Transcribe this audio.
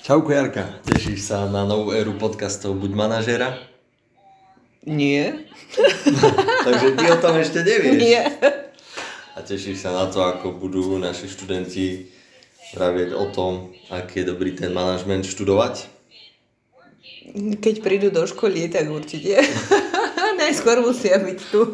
Čauko Jarka, tešíš sa na novú éru podcastov Buď manažera? Nie. Takže ty o tom ešte nevieš. Nie. A tešíš sa na to, ako budú naši študenti pravieť o tom, aký je dobrý ten manažment študovať? Keď prídu do školy, tak určite. Najskôr musia byť tu.